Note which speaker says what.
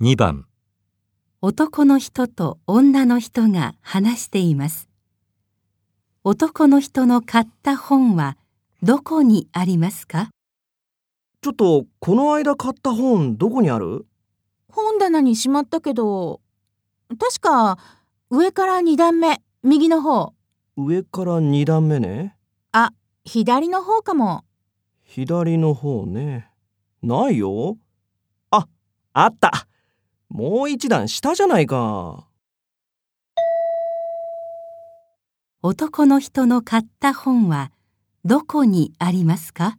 Speaker 1: 2番、
Speaker 2: 男の人と女の人が話しています。男の人の買った本はどこにありますか
Speaker 3: ちょっとこの間買った本どこにある
Speaker 4: 本棚にしまったけど、確か上から2段目、右の方、
Speaker 3: 上から2段目ね
Speaker 4: 左の方かも。
Speaker 3: 左の方ねないよああったもう一段下じゃないか
Speaker 2: 男の人の買った本はどこにありますか